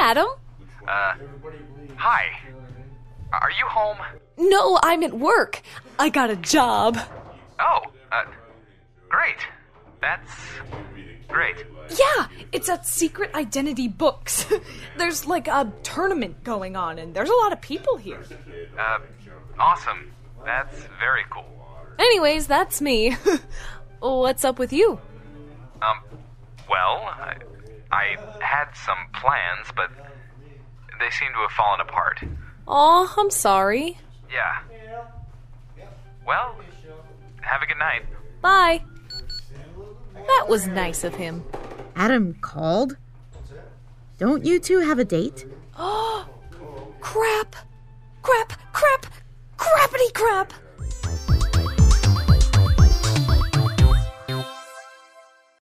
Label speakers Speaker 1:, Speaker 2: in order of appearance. Speaker 1: Adam?
Speaker 2: Uh, hi. Are you home?
Speaker 1: No, I'm at work. I got a job.
Speaker 2: Oh, uh, great. That's great.
Speaker 1: Yeah, it's at Secret Identity Books. there's like a tournament going on, and there's a lot of people here.
Speaker 2: Uh, awesome. That's very cool.
Speaker 1: Anyways, that's me. What's up with you?
Speaker 2: Um, well, I, I had some plans, but they seem to have fallen apart.
Speaker 1: Aw, I'm sorry.
Speaker 2: Yeah. Well, have a good night.
Speaker 1: Bye. That was nice of him.
Speaker 3: Adam called? Don't you two have a date?
Speaker 1: Crap! Crap! Crap! Crappity crap!